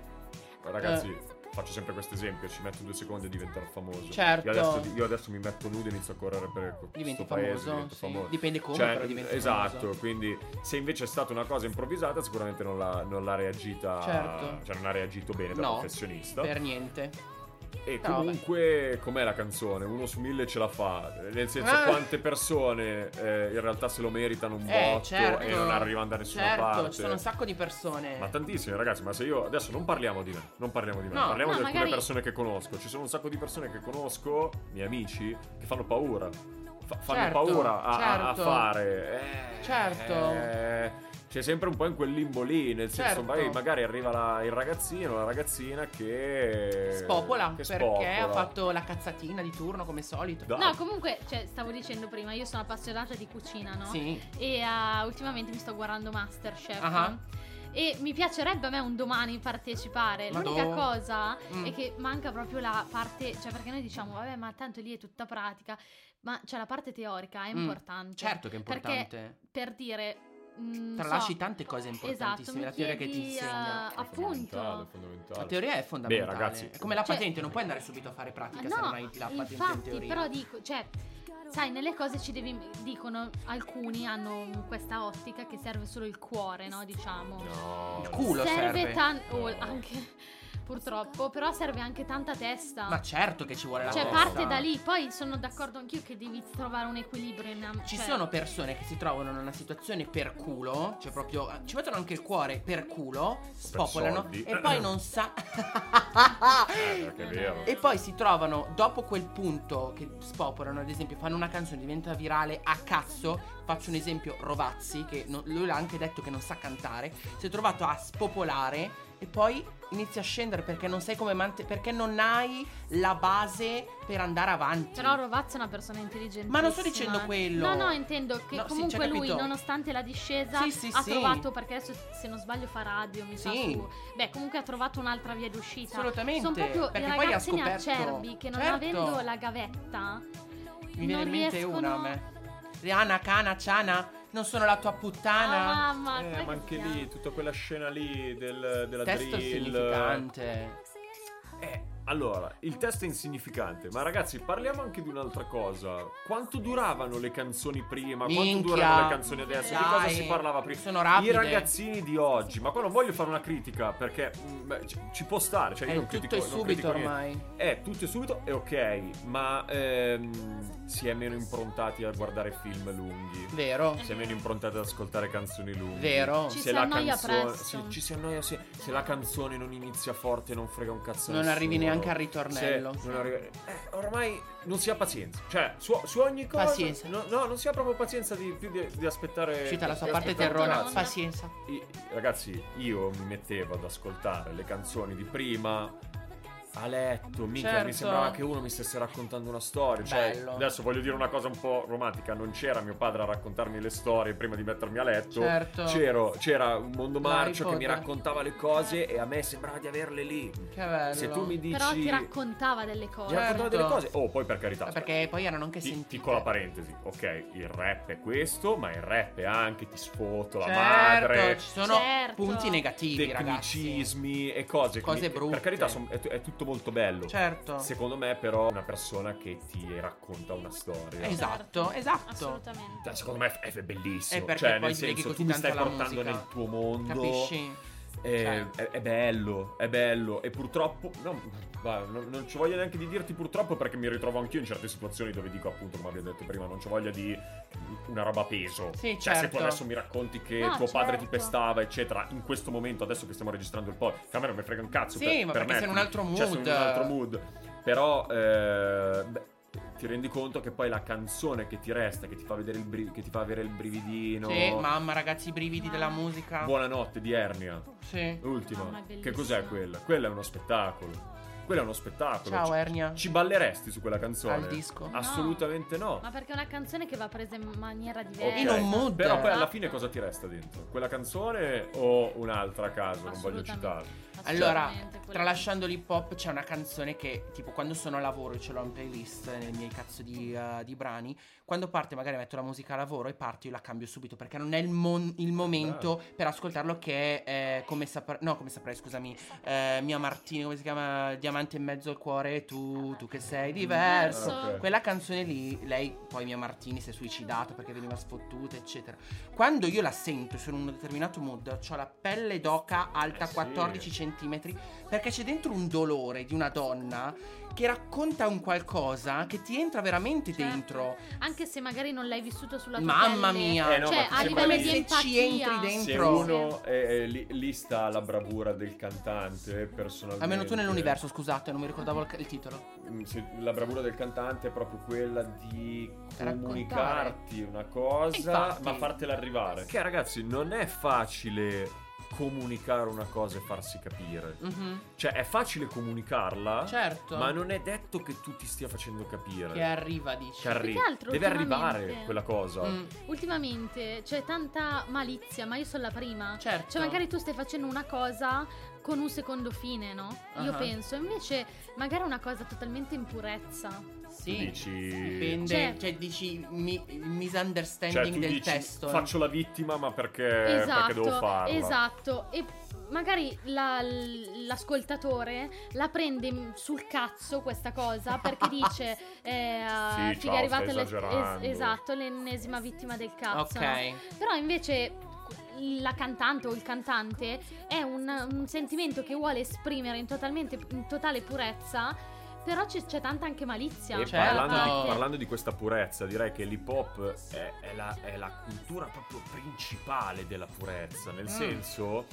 ragazzi, faccio sempre questo esempio: ci metto due secondi e diventare famoso.
Certo.
Io adesso, io adesso mi metto nudo e inizio a correre per questo
Diventi
paese.
famoso,
divento
sì.
famoso.
Dipende come,
Cioè,
però diventi
esatto,
famoso.
quindi se invece è stata una cosa improvvisata, sicuramente non l'ha, non l'ha reagita.
Certo.
Cioè, non ha reagito bene da
No,
professionista.
Per niente.
E
No,
comunque, com'è la canzone? Uno su mille ce la fa. Nel senso,
Ah.
quante persone eh, in realtà se lo meritano un
Eh,
botto
certo.
e non arrivano da nessuna
certo,
parte.
ci sono un sacco di persone.
Ma tantissime, ragazzi. Ma se io adesso non parliamo di me, non parliamo di me,
No,
parliamo
no,
di alcune
magari-
persone che conosco. Ci sono un sacco di persone che conosco, miei amici, che fanno paura. Fa- fanno
Certo,
paura a, a- a
certo.
fare. Eh,
Certo.
eh, c'è sempre un po' in quel limbo lì, nel senso,
Certo.
magari, magari arriva la- il ragazzino, la ragazzina che.
spopola
che
perché
spopola.
ha fatto la cazzatina di turno come solito.
Da-
No, comunque, cioè, stavo dicendo prima, io sono appassionata di cucina, no?
Sì.
e eh, ultimamente mi sto guardando Masterchef.
Ah.
E mi piacerebbe a me un domani partecipare.
Madò.
L'unica cosa
Mm.
è che manca proprio la parte, cioè perché noi diciamo, vabbè, ma tanto lì è tutta pratica, ma cioè la parte teorica è
Mm.
importante.
Certo che è importante.
Per dire... mm,
Tralasci
so,
tante cose
Esatto,
importantissime,
mi
la teoria che ti
chiedi,
insegna.
eh,
È fondamentale, è
appunto.
fondamentale.
La teoria è fondamentale.
Beh, ragazzi-
è come la
Cioè-
patente, non puoi andare subito a fare
Ma
pratica se non
no,
hai la patente in
infatti,
teoria.
però dico, cioè, sai, nelle cose ci devi, dicono, alcuni hanno questa ottica che serve solo il cuore, no? Diciamo.
No.
Il culo certo. serve.
tanto oh, anche purtroppo però serve anche tanta testa
Ma certo che ci vuole la
cioè
testa.
parte da lì poi sono d'accordo anch'io che devi trovare un equilibrio in am-
Ci
cioè,
sono persone che si trovano in una situazione per culo, cioè proprio ci mettono anche il cuore per culo, spopolano
soldi.
e poi non sa
Eh, perché è vero.
E poi si trovano dopo quel punto che spopolano, ad esempio, fanno una canzone, diventa virale a cazzo. Faccio un esempio, Rovazzi, che non- lui l'ha anche detto che non sa cantare, si è trovato a spopolare e poi inizia a scendere perché non sai come mante- perché non hai la base per andare avanti.
però Rovazza è una persona intelligente.
Ma non sto dicendo quello.
No, no, intendo che
No, sì,
comunque
cioè,
lui,
capito.
nonostante la discesa,
Sì, sì,
ha
sì.
trovato, perché adesso se non sbaglio fa radio, mi sa
Sì.
su. Beh, comunque ha trovato un'altra via d'uscita.
Assolutamente,
Sono proprio
perché
i
poi ha
ragazzini
scoperto-
acerbi che non
Certo.
avendo la gavetta
Mi viene
non
in mente
riescono...
una a me. Rihanna, cana, ciana, non sono la tua puttana.
Ah, mamma,
Eh,
com'è
ma
che
anche
si chiama?
lì, tutta quella scena lì del, della
Testo
drill.
significante.
Eh, Allora, il testo è insignificante, ma ragazzi, parliamo anche di un'altra cosa. Quanto duravano le canzoni prima?
Minchia.
Quanto durano le canzoni adesso? Di cosa
Dai,
si parlava prima?
sono rapide.
I ragazzini di oggi, ma qua non voglio fare una critica perché mh, beh, ci, ci può stare, cioè io
È
non
Eh, tutto
critico,
e
non
subito
critico niente.
ormai.
Eh, tutto e subito è ok, ma ehm, si è meno improntati a guardare film lunghi.
Vero?
Si è meno improntati ad ascoltare canzoni lunghe.
Vero?
Ci
Se
si
la
annoia
canzone-
presto.
se- ci si annoia se, se la canzone non inizia forte, non frega un cazzo. a
Non arrivi
nessuno.
neanche al ritornello.
Se non arrivi- eh, ormai non si ha pazienza. Cioè, su, su ogni cosa.
Pazienza.
No, no, non si ha proprio pazienza di, più di, di aspettare.
Uscita la sua
di
parte
aspettare eh, un
terrona.
cazzo.
Pazienza.
I- Ragazzi, io mi mettevo ad ascoltare le canzoni di prima a letto, minchia,
Certo.
mi sembrava che uno mi stesse raccontando una storia. Cioè,
Bello.
adesso voglio dire una cosa un po' romantica: non c'era mio padre a raccontarmi le storie prima di mettermi a letto.
Certo.
C'ero- c'era un mondo marcio che mi
L'iPod.
raccontava le cose e a me sembrava di averle lì.
Che bello.
Se tu mi dici.
Però ti raccontava delle
mi
cose.
raccontava delle
Certo.
cose. Oh, poi per carità.
Eh, Perché poi erano anche
Pi-
sentite.
piccola parentesi, ok, il rap è questo, ma il rap è anche ti sfoto la
Certo,
madre,
ci sono
Certo.
punti negativi, ragazzi.
tecnicismi e cose,
Cose
quindi,
brutte.
Per carità, son- è, t- è tutto molto bello.
Certo.
Secondo me, però, una persona che ti racconta una storia.
Eh, Esatto, esatto.
Certo. Assolutamente.
Cioè, Secondo me è, è bellissimo.
È perché
cioè,
poi
nel
ti leghi
senso,
così
tu mi
tanto
stai
alla
portando
musica.
nel tuo mondo.
Capisci?
Eh,
Cioè.
è, è bello, è bello. E purtroppo. no, guarda, non, non ci voglia neanche di dirti purtroppo perché mi ritrovo anch'io in certe situazioni dove dico appunto, come abbiamo detto prima, non ci voglia di una roba a peso.
Sì,
cioè, se
certo.
tu adesso mi racconti che
No,
tuo padre ti
certo.
pestava, eccetera, in questo momento, adesso che stiamo registrando il podcast, a me non mi frega un cazzo.
Sì,
per-
ma
per
perché
me,
sei in un altro
Cioè, sono in un
mood.
altro mood. Però. eh, beh, ti rendi conto che poi la canzone che ti resta, che ti fa, vedere il bri- che ti fa avere il brividino.
Sì, mamma, ragazzi, i brividi della musica.
Buonanotte di Ernia.
Sì.
Mamma,
L'ultima.
è
Che
bellissima.
cos'è quella? Quella è uno spettacolo. Quella è uno spettacolo.
Ciao,
Ci-
Ernia.
Ci balleresti su quella canzone?
Al disco?
Assolutamente no.
Ma perché è una canzone che va presa in maniera
Ok.
diversa.
In un mood.
Però poi alla
Esatto.
fine cosa ti resta dentro? Quella canzone o un'altra a caso? Non voglio
Assolutamente.
citarla.
Allora,
Assolutamente, quella-
tralasciando l'hip hop, c'è una canzone che, tipo, quando sono a lavoro e ce l'ho in playlist nei miei cazzo di, eh, di brani, quando parte magari metto la musica a lavoro e parto io la cambio subito perché non è il, mon- il momento per ascoltarlo che è eh, come saprai, no come saprai scusami, eh, Mia Martini, come si chiama? Diamante in mezzo al cuore, tu, tu che sei diverso.
Diverso.
Ah, Ok.
Quella canzone lì, lei poi Mia Martini si è suicidata perché veniva sfottuta, eccetera. Quando io la sento e sono in un determinato mood, ho la pelle d'oca alta
Eh sì.
14 centimetri, perché c'è dentro un dolore di una donna che racconta un qualcosa che ti entra veramente
Certo.
dentro.
Anche se magari non l'hai vissuto sulla tua
Mamma
pelle,
mia.
Eh no,
cioè,
ma
a
ti
livello
sembra
di
che
empatia.
ci entri
Se
dentro-
uno è, è lì, lì sta la bravura del cantante, personalmente.
A meno tu nell'universo, scusate, non mi ricordavo il, il titolo.
Mm, se- la bravura del cantante è proprio quella di
Raccontare.
comunicarti una cosa,
Infatti.
ma fartela arrivare. Che ragazzi, non è facile comunicare una cosa e farsi capire.
Mhm,
Cioè, è facile comunicarla,
Certo.
ma non è detto che tu ti stia facendo capire.
Che arriva, dici.
Che arri-
Più che altro,
Deve arrivare
ultimamente-
quella cosa.
Mm,
Ultimamente c'è tanta malizia, ma io sono la prima.
certo.
Cioè, magari tu stai facendo una cosa con un secondo fine, no? Io
Ah.
penso. Invece, magari è una cosa totalmente in purezza.
Sì.
Tu dici.
Dipende, cioè,
Cioè-
dici mi- il
Cioè,
misunderstanding
tu
del
dici,
testo. eh.
faccio la vittima, ma perché,
esatto.
perché devo farla?
Esatto. E magari la- l'ascoltatore la prende sul cazzo questa cosa perché dice: eh,
Sì,
figa,
ciao,
è arrivata
stai
l'es-
esagerando.
esatto, l'ennesima vittima del cazzo. no?
Ok.
Però invece la cantante o il cantante è un, un sentimento che vuole esprimere in, totalmente, in totale purezza, però c'è, c'è tanta anche malizia.
E
Certo.
parlando,
Ah,
di,
sì.
parlando di questa purezza, direi che l'hip hop è, è la, è la cultura proprio principale della purezza, nel
Mm.
senso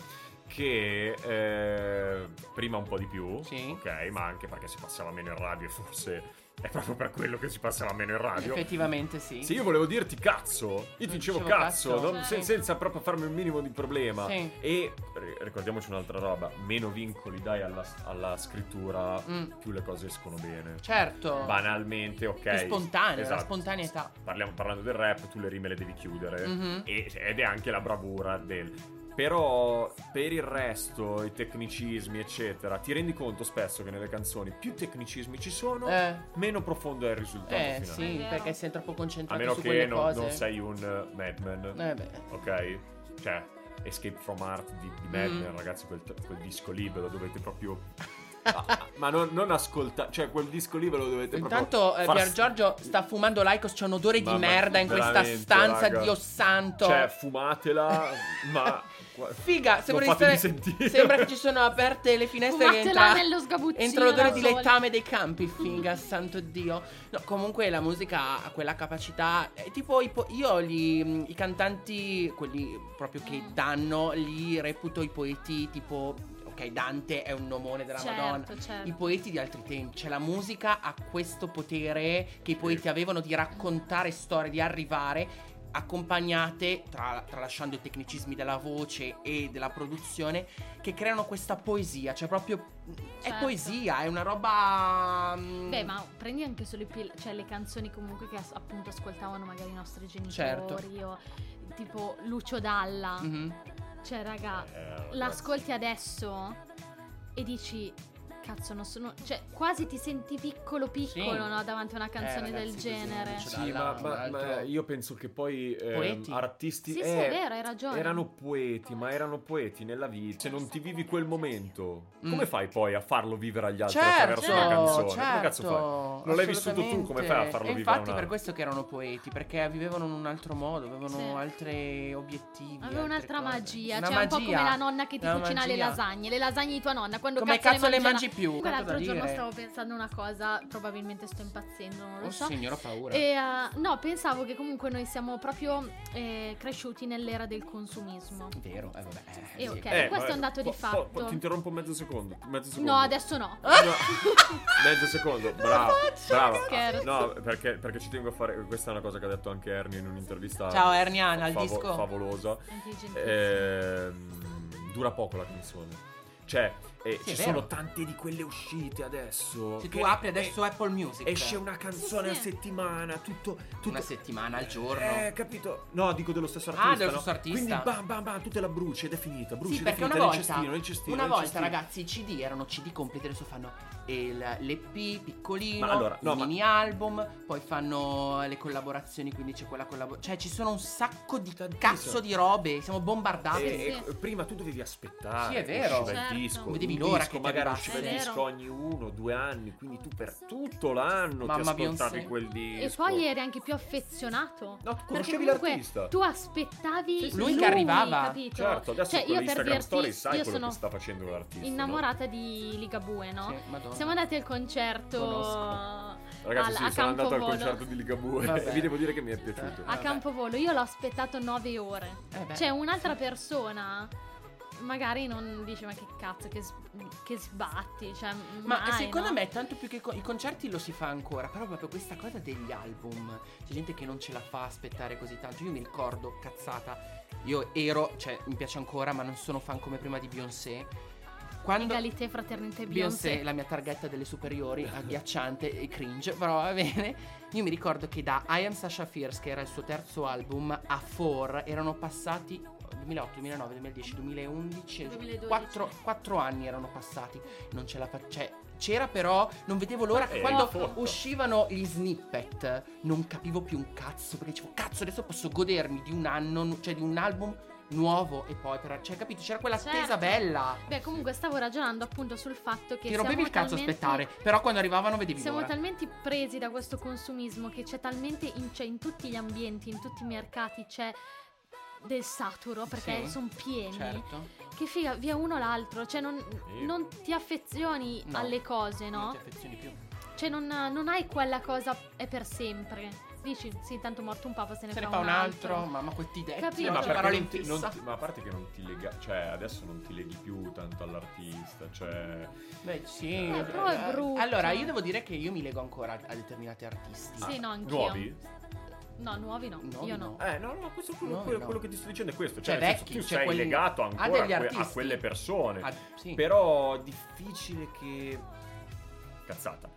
che eh, prima un po' di più,
Sì.
ok, ma anche perché si passava meno in radio e forse è proprio per quello che si passava meno in radio.
Effettivamente sì.
Se io volevo dirti cazzo, io ti dicevo
Dicevo
cazzo,
cazzo.
non-
Sì.
sen- senza proprio farmi un minimo di problema.
Sì.
E ri- ricordiamoci un'altra roba, meno vincoli dai alla, alla scrittura,
Mm,
più le cose escono bene
certo.
banalmente, ok.
È spontanea,
Esatto.
la spontaneità.
Parliamo parlando del rap, tu le rime le devi chiudere.
Mhm.
E- ed è anche la bravura del. Però per il resto, i tecnicismi, eccetera, ti rendi conto spesso che nelle canzoni più tecnicismi ci sono,
Eh,
meno profondo è il risultato
eh,
finale.
sì,
È vero.
perché sei troppo
A
concentrato
meno
su
che
quelle
non,
cose.
non sei un eh, madman,
Eh beh.
ok?
Mm.
Cioè, Escape from Art di, di Madman, ragazzi, quel, quel disco libero dove ti proprio ma, ma non, non ascolta, cioè quel disco lì ve lo dovete
Intanto
proprio
eh,
far
Pier Giorgio sta fumando l'Aicos, c'è un odore di
Mamma-
merda in questa
veramente,
stanza,
raga.
Dio santo.
Cioè, fumatela, ma...
Figa, sembra, di
Non fatemi
stare-
sentire.
sembra che ci sono aperte le finestre che
Fumatela
entra...
nello sgabuzzino
entra l'odore
da
di
soli.
lettame dei campi, figa, santo Dio. No, comunque la musica ha quella capacità. eh, tipo i po- io gli- i cantanti, quelli proprio che danno, li reputo i poeti tipo... Ok, Dante è un nomone della
certo,
Madonna.
certo.
I poeti di altri tempi, cioè la musica ha questo potere che i poeti avevano di raccontare storie, di arrivare accompagnate, tra- tralasciando i tecnicismi della voce e della produzione, che creano questa poesia, cioè proprio è
Certo.
poesia, è una roba... mm,
Beh, ma prendi anche solo i pil- cioè, le canzoni comunque che as- appunto ascoltavano magari i nostri genitori
Certo.
o tipo Lucio Dalla.
mhm.
Cioè, raga,
Eh,
l'ascolti adesso e dici cazzo, non sono cioè quasi ti senti piccolo piccolo,
Sì. Eh,
no, davanti a una canzone
ragazzi,
del
così non
genere.
dice-
Sì, ma,
Dalla-
ma- ma
dall'altro-
io penso che poi ehm,
Poeti.
artisti
Sì, sì,
eh,
è vero, hai ragione.
erano poeti, ma erano poeti nella vita. Se non ti vivi quel momento,
Mm.
come fai poi a farlo vivere agli altri
Certo,
attraverso una canzone? Come
certo,
cazzo fai? Non l'hai vissuto tu, come fai a farlo
assolutamente. E
vivere a un
Infatti
altro?
per questo che erano poeti, perché vivevano in un altro modo, avevano
Sì.
altri obiettivi.
Aveva
altre
un'altra
cose.
magia,
Una
cioè un po' come
magia.
la nonna che ti
Una
cucina le
magia.
lasagne, le lasagne di tua nonna, quando
Come
cazzo,
cazzo le mangi
la-
più?
Comunque
Tanto da
l'altro giorno
dire.
stavo pensando una cosa, probabilmente sto impazzendo, non lo
Oh
so.
signora, ho paura.
E, eh, no, pensavo che comunque noi siamo proprio eh, cresciuti nell'era del consumismo.
Vero, eh vabbè. eh,
Eh,
sì.
ok. questo è un dato di
po- po-
fatto.
po- ti interrompo mezzo secondo. Mezzo secondo.
No, adesso no.
No, mezzo secondo, bravo, bravo.
Scherzo.
No, perché, perché ci tengo a fare. Questa è una cosa che ha detto anche Ernie in un'intervista.
Ciao Erniana, al
favo-
disco.
Favolosa.
Intelligentissimo.
Eh, Ehm, dura poco la canzone. Cioè, eh,
Sì, è
ci
vero.
sono tante di quelle uscite adesso.
Se
che-
tu apri adesso Apple Music,
eh, esce una canzone
Sì, sì.
a settimana, tutto. tutto
una settimana al giorno.
eh, capito? No, dico dello stesso
Ah,
artista.
dello
no?
stesso artista.
Quindi bam bam bam, tu te la bruci ed è finita. Bruci
sì,
ed è
perché
finita.
una
nel
volta,
cestino, nel cestino,
una
nel
volta
cestino.
ragazzi, i CD erano CD completi, adesso fanno il, l'EP piccolino,
Ma allora, no,
il
ma-
mini album, poi fanno le collaborazioni, quindi c'è quella collaborazione. Cioè, ci sono un sacco di
Tantissimo.
cazzo di robe, siamo bombardati.
E-
sì.
e Eh, prima tu dovevi aspettare.
Sì, è vero.
Usciva
Certo.
il disco.
Vedevi
un
l'ora
disco,
che ti
magari
arrivasse.
usciva il
È vero.
disco ogni uno, due anni. Quindi tu per tutto l'anno
Mamma
ti ascoltavi
Beyoncé.
quel disco.
E poi eri anche più affezionato.
No, tu
Perché
conoscevi
comunque
l'artista.
tu aspettavi
Sì, sì,
lui,
lui che arrivava.
capito?
Certo, adesso
cioè,
con
io per
l'Instagram
dirti,
Story sai
io
quello
sono
che sta facendo l'artista.
innamorata di Ligabue, no?
Sì, Cioè, madonna.
Siamo andati al concerto
Conosco.
no? Ragazzi,
al-
sì,
a
sono andato al
Campomolo.
concerto di Ligabue
Vabbè.
e vi devo dire che mi è piaciuto.
a
Ah, Vabbè.
Campovolo. Io l'ho aspettato nove ore.
Eh beh.
Cioè, un'altra persona magari non dice ma che cazzo che, s- che sbatti, cioè,
Ma
mai,
secondo
no?
me, tanto più che co- i concerti lo si fa ancora, però proprio questa cosa degli album, c'è gente che non ce la fa aspettare così tanto. Io mi ricordo, cazzata, io ero, cioè mi piace ancora, ma non sono fan come prima di Beyoncé. Quando
Egalité, fraternità e
Beyoncé,
Beyoncé.
la mia targhetta delle superiori, agghiacciante e cringe, però va bene. Io mi ricordo che da I Am Sasha Fierce, che era il suo terzo album, a Four erano passati 2008, 2009, 2010, 2011,
2012.
4, anni erano passati. Non ce la fa- cioè, c'era però, non vedevo l'ora che
Eh,
quando
foto.
uscivano gli snippet non capivo più un cazzo, perché dicevo, cazzo, adesso posso godermi di un anno, cioè di un album nuovo e poi per... Cioè, capito? C'era quell'attesa
Certo.
bella.
Beh, comunque stavo ragionando appunto sul fatto che
Ti rompevi
siamo
il cazzo a
talmente-
aspettare, però quando arrivavano vedevi
Siamo
l'ora.
talmente presi da questo consumismo che c'è talmente in, cioè, in tutti gli ambienti, in tutti i mercati c'è del saturo perché
Sì.
sono pieni.
Certo.
Che figa, via uno l'altro, cioè non,
Sì.
non ti affezioni
eh, No.
alle cose, no?
Non ti affezioni più.
Cioè non, non hai quella cosa è per sempre. Dici, sì, tanto morto un papa se ne,
Se
fa,
ne fa un altro, mamma, questi detti.
Capito.
Eh,
Io
ma,
ho le
perché
parole
non
in
ti-
fissa.
non ti- ma a parte che non ti lega, cioè adesso non ti leghi più tanto all'artista, cioè
Beh, sì.
Eh, però è
eh,
brutto.
Allora, io devo dire che io mi lego ancora a, a determinati artisti.
Ah,
Sì, no, anch'io.
nuovi?
No, nuovi no,
Nuovi
io no.
no.
Eh, no, no, questo è quello,
No,
quello-
no.
quello che ti sto dicendo è questo,
Cioè,
cioè, nel senso,
vecchi,
tu
cioè,
sei
quelli-
legato
a
ancora a,
degli
que- a
artisti.
quelle persone.
Ah, sì.
Però difficile che cazzata.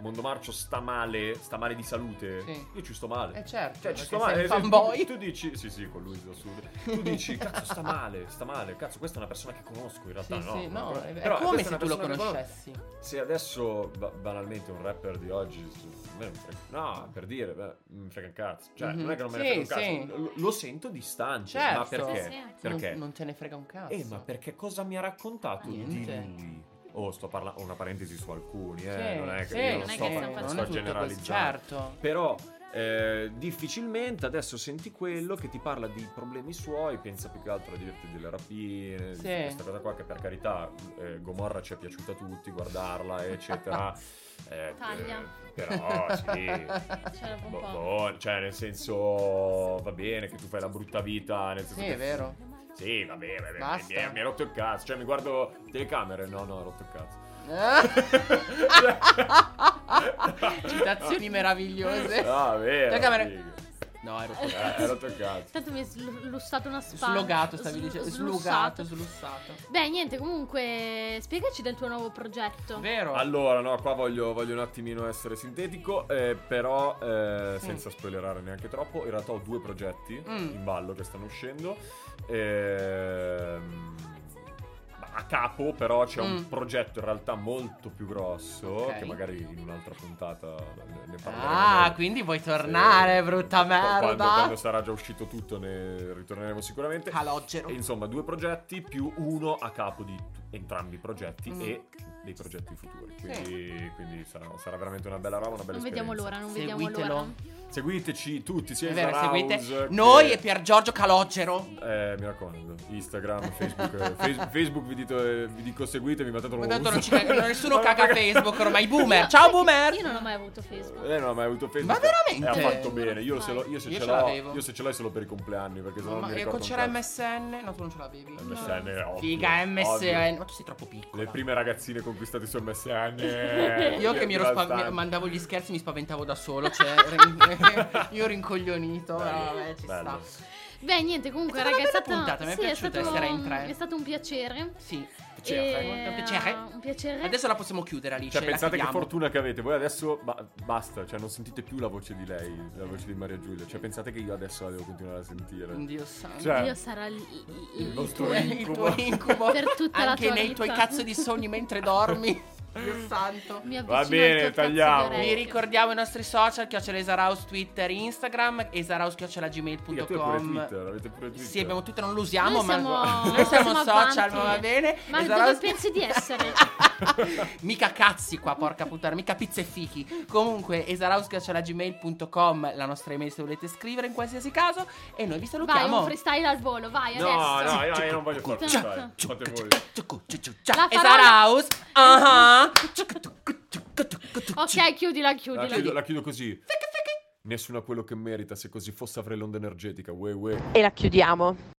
Mondomarcio sta male, sta male di salute.
Sì.
Io ci sto male.
Eh, certo,
Cioè, ci
perché
sto male.
sei
Ad esempio,
fanboy.
Tu, tu dici, sì, sì, con lui assolutamente. Tu dici, cazzo, sta male, sta male. Cazzo, questa è una persona che conosco in realtà.
Sì,
no,
sì, no,
Però-
è- è
però
come
questa
se
è
tu
una
lo
persona che conosco.
conoscessi.
Se adesso ba- banalmente un rapper di oggi se- me ne frega- No, per dire, beh, mi frega un cazzo. Cioè,
Mhm.
non è che non me
Sì,
ne frega un
sì.
cazzo. Lo, lo sento distante.
Certo.
Ma perché?
Sì, sì.
Perché?
Non, non te ne frega un cazzo. Ah,
Eh, ma perché cosa mi ha raccontato
Niente.
di lui? Oh, sto parlando, una parentesi su alcuni, eh.
Sì,
non è che
sì,
io
non è
sto,
che stiamo facendo
non sto
tutto questo,
generalizzando.
Certo.
Però eh, difficilmente adesso senti quello che ti parla di problemi suoi, pensa più che altro a dirti delle rapine,
Sì.
di questa cosa qua che per carità eh, Gomorra ci è piaciuta a tutti, guardarla, eccetera. Eh,
Taglia.
eh, però sì,
C'era un
Boh,
po'.
boh, cioè, nel senso, va bene che tu fai la brutta vita. Nel senso
Sì,
che-
è vero.
Sì, va bene, va bene,
Basta.
Mi, hai- mi hai rotto il cazzo. Cioè, mi guardo telecamere. No, no, ho rotto il cazzo.
Eh? Citazioni meravigliose.
Ah, vero.
Telecamere.
figo.
No, ero
Eh, hai rotto il cazzo.
Tanto mi è slussato una spalla.
slogato, stavi dicendo.
Slu-
Slugato,
slussato.
slussato.
Beh, niente, comunque, spiegaci del tuo nuovo progetto.
Vero?
Allora, no, qua voglio, voglio un attimino essere sintetico, eh, però eh, senza spoilerare neanche troppo, in realtà ho due progetti
Mm.
in ballo che stanno uscendo. Ehm, a capo però c'è un
Mm.
progetto in realtà molto più grosso,
Ok.
che magari in un'altra puntata ne- ne parleremo.
Ah, quindi vuoi tornare,
Eh,
brutta
quando- Quando
merda.
sarà già uscito tutto ne ritorneremo sicuramente.
Calogero.
E, insomma, due progetti più uno a capo di t- entrambi i progetti
Mm.
e dei progetti futuri. Quindi, quindi sarà, sarà veramente una bella roba, una bella
Non vediamo
esperienza.
l'ora, non
Seguitelo.
vediamo l'ora.
Seguiteci tutti, sia
È vero,
Isla
seguite
House
noi
che-
e Pier Giorgio Calogero.
Eh, mi raccomando, Instagram, Facebook, eh, Face- Facebook vi, dito- eh, vi dico seguitemi, ma tanto non
Ma
lo
tanto non
uso.
ci caga- nessuno
Ma
caga
magari-
Facebook ormai. Boomer, ciao boomer.
Io non ho mai avuto Facebook.
Lei non ha mai avuto
Ma
Facebook.
veramente?
Eh, ha fatto bene. Io, se, lo- io se
Io
ce
ce
l'ho,
l'avevo.
io se ce l'ho è solo per i compleanni, perché sennò
Ma
non mi
eh,
ricordo.
con
un
c'era
cazzo.
MSN? No, tu non ce l'avevi.
MSN, ovvio,
Figa, MSN.
ovvio.
Ma tu sei troppo piccolo.
Le prime ragazzine conquistate su MSN.
Io che mi ero spav-
spav-
mandavo gli scherzi, mi spaventavo da solo. Cioè, rin- io rincoglionito.
Bello,
però vabbè, ci
bello.
sta.
Beh, niente, comunque,
È stata
ragazzi,
una
è
bella
stata
puntata, mi è
sì,
piaciuta
stato-
essere in tre.
È stato un piacere.
Sì,
Piacere.
E-
Molto piacere.
Un piacere.
Adesso la possiamo chiudere, Alice.
Cioè,
la
pensate che
chiudiamo.
fortuna che avete. Voi adesso ba- basta, cioè non sentite più la voce di lei, la voce di Maria Giulia. Cioè, pensate che io adesso la devo continuare a sentire.
Dio santo.
Cioè,
Io sarà il, il-
Il
il
vostro
tuo-
incubo.
il tuo incubo
Per tutta la
anche
tua
nei
vita.
tuoi cazzo di sogni mentre dormi. Dio santo.
Mi avvicino
Va
al tuo
bene,
cazzo
tagliamo.
d'orecchio.
Vi ricordiamo i nostri social, chiocciola Esaraus, Twitter, Instagram,
Figa, tu hai pure
esaraus.gmail.com
Twitter, avete pure Twitter.
Sì, abbiamo Twitter, non lo usiamo,
Noi
ma
siamo-
noi siamo
siamo
social,
avanti.
ma va bene.
Ma
Esaraus-
dove pensi di essere?
mica cazzi qua, porca puttana, mica pizze e fichi. Comunque, esaraus.gmail.com, la nostra email se volete scrivere in qualsiasi caso. E noi vi
Vai,
salutiamo.
un freestyle al volo, vai
No,
adesso.
no, io, io non voglio farlo.
Ciao.
dai. Fate voi.
La
Esaraus. Ah.
Ok, chiudila,
La
chiudila.
chiudo, la chiudo così. Nessuno ha quello che merita. Se così fosse avrei l'onda energetica. Ue, ue.
E la chiudiamo.